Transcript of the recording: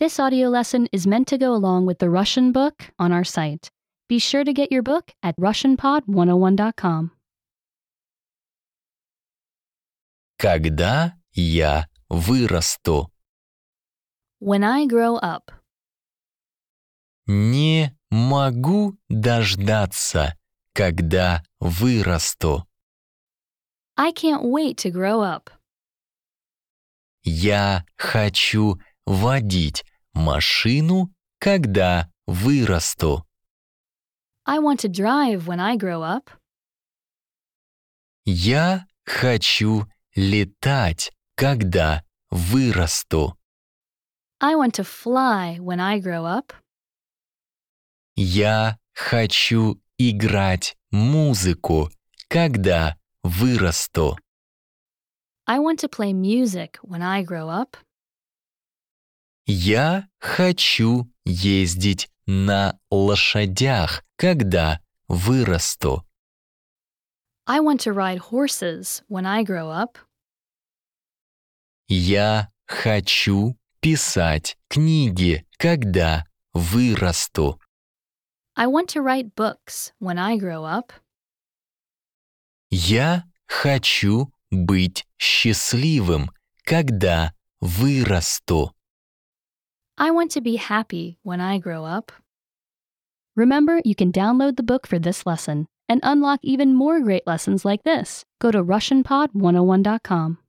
This audio lesson is meant to go along with the Russian book on our site. Be sure to get your book at RussianPod101.com. Когда я вырасту, When I grow up, не могу дождаться, когда вырасту. I can't wait to grow up. Я хочу водить машину, когда вырасту. I want to drive when I grow up. Я хочу летать, когда вырасту. I want to fly when I grow up. Я хочу играть музыку, когда вырасту. I want to play music when I grow up. Я хочу ездить на лошадях, когда вырасту. I want to ride horses when I grow up. Я хочу писать книги, когда вырасту. I want to write books when I grow up. Я хочу быть счастливым, когда вырасту. I want to be happy when I grow up. Remember, you can download the book for this oh lesson and unlock even more great lessons like this. Go to RussianPod101.com.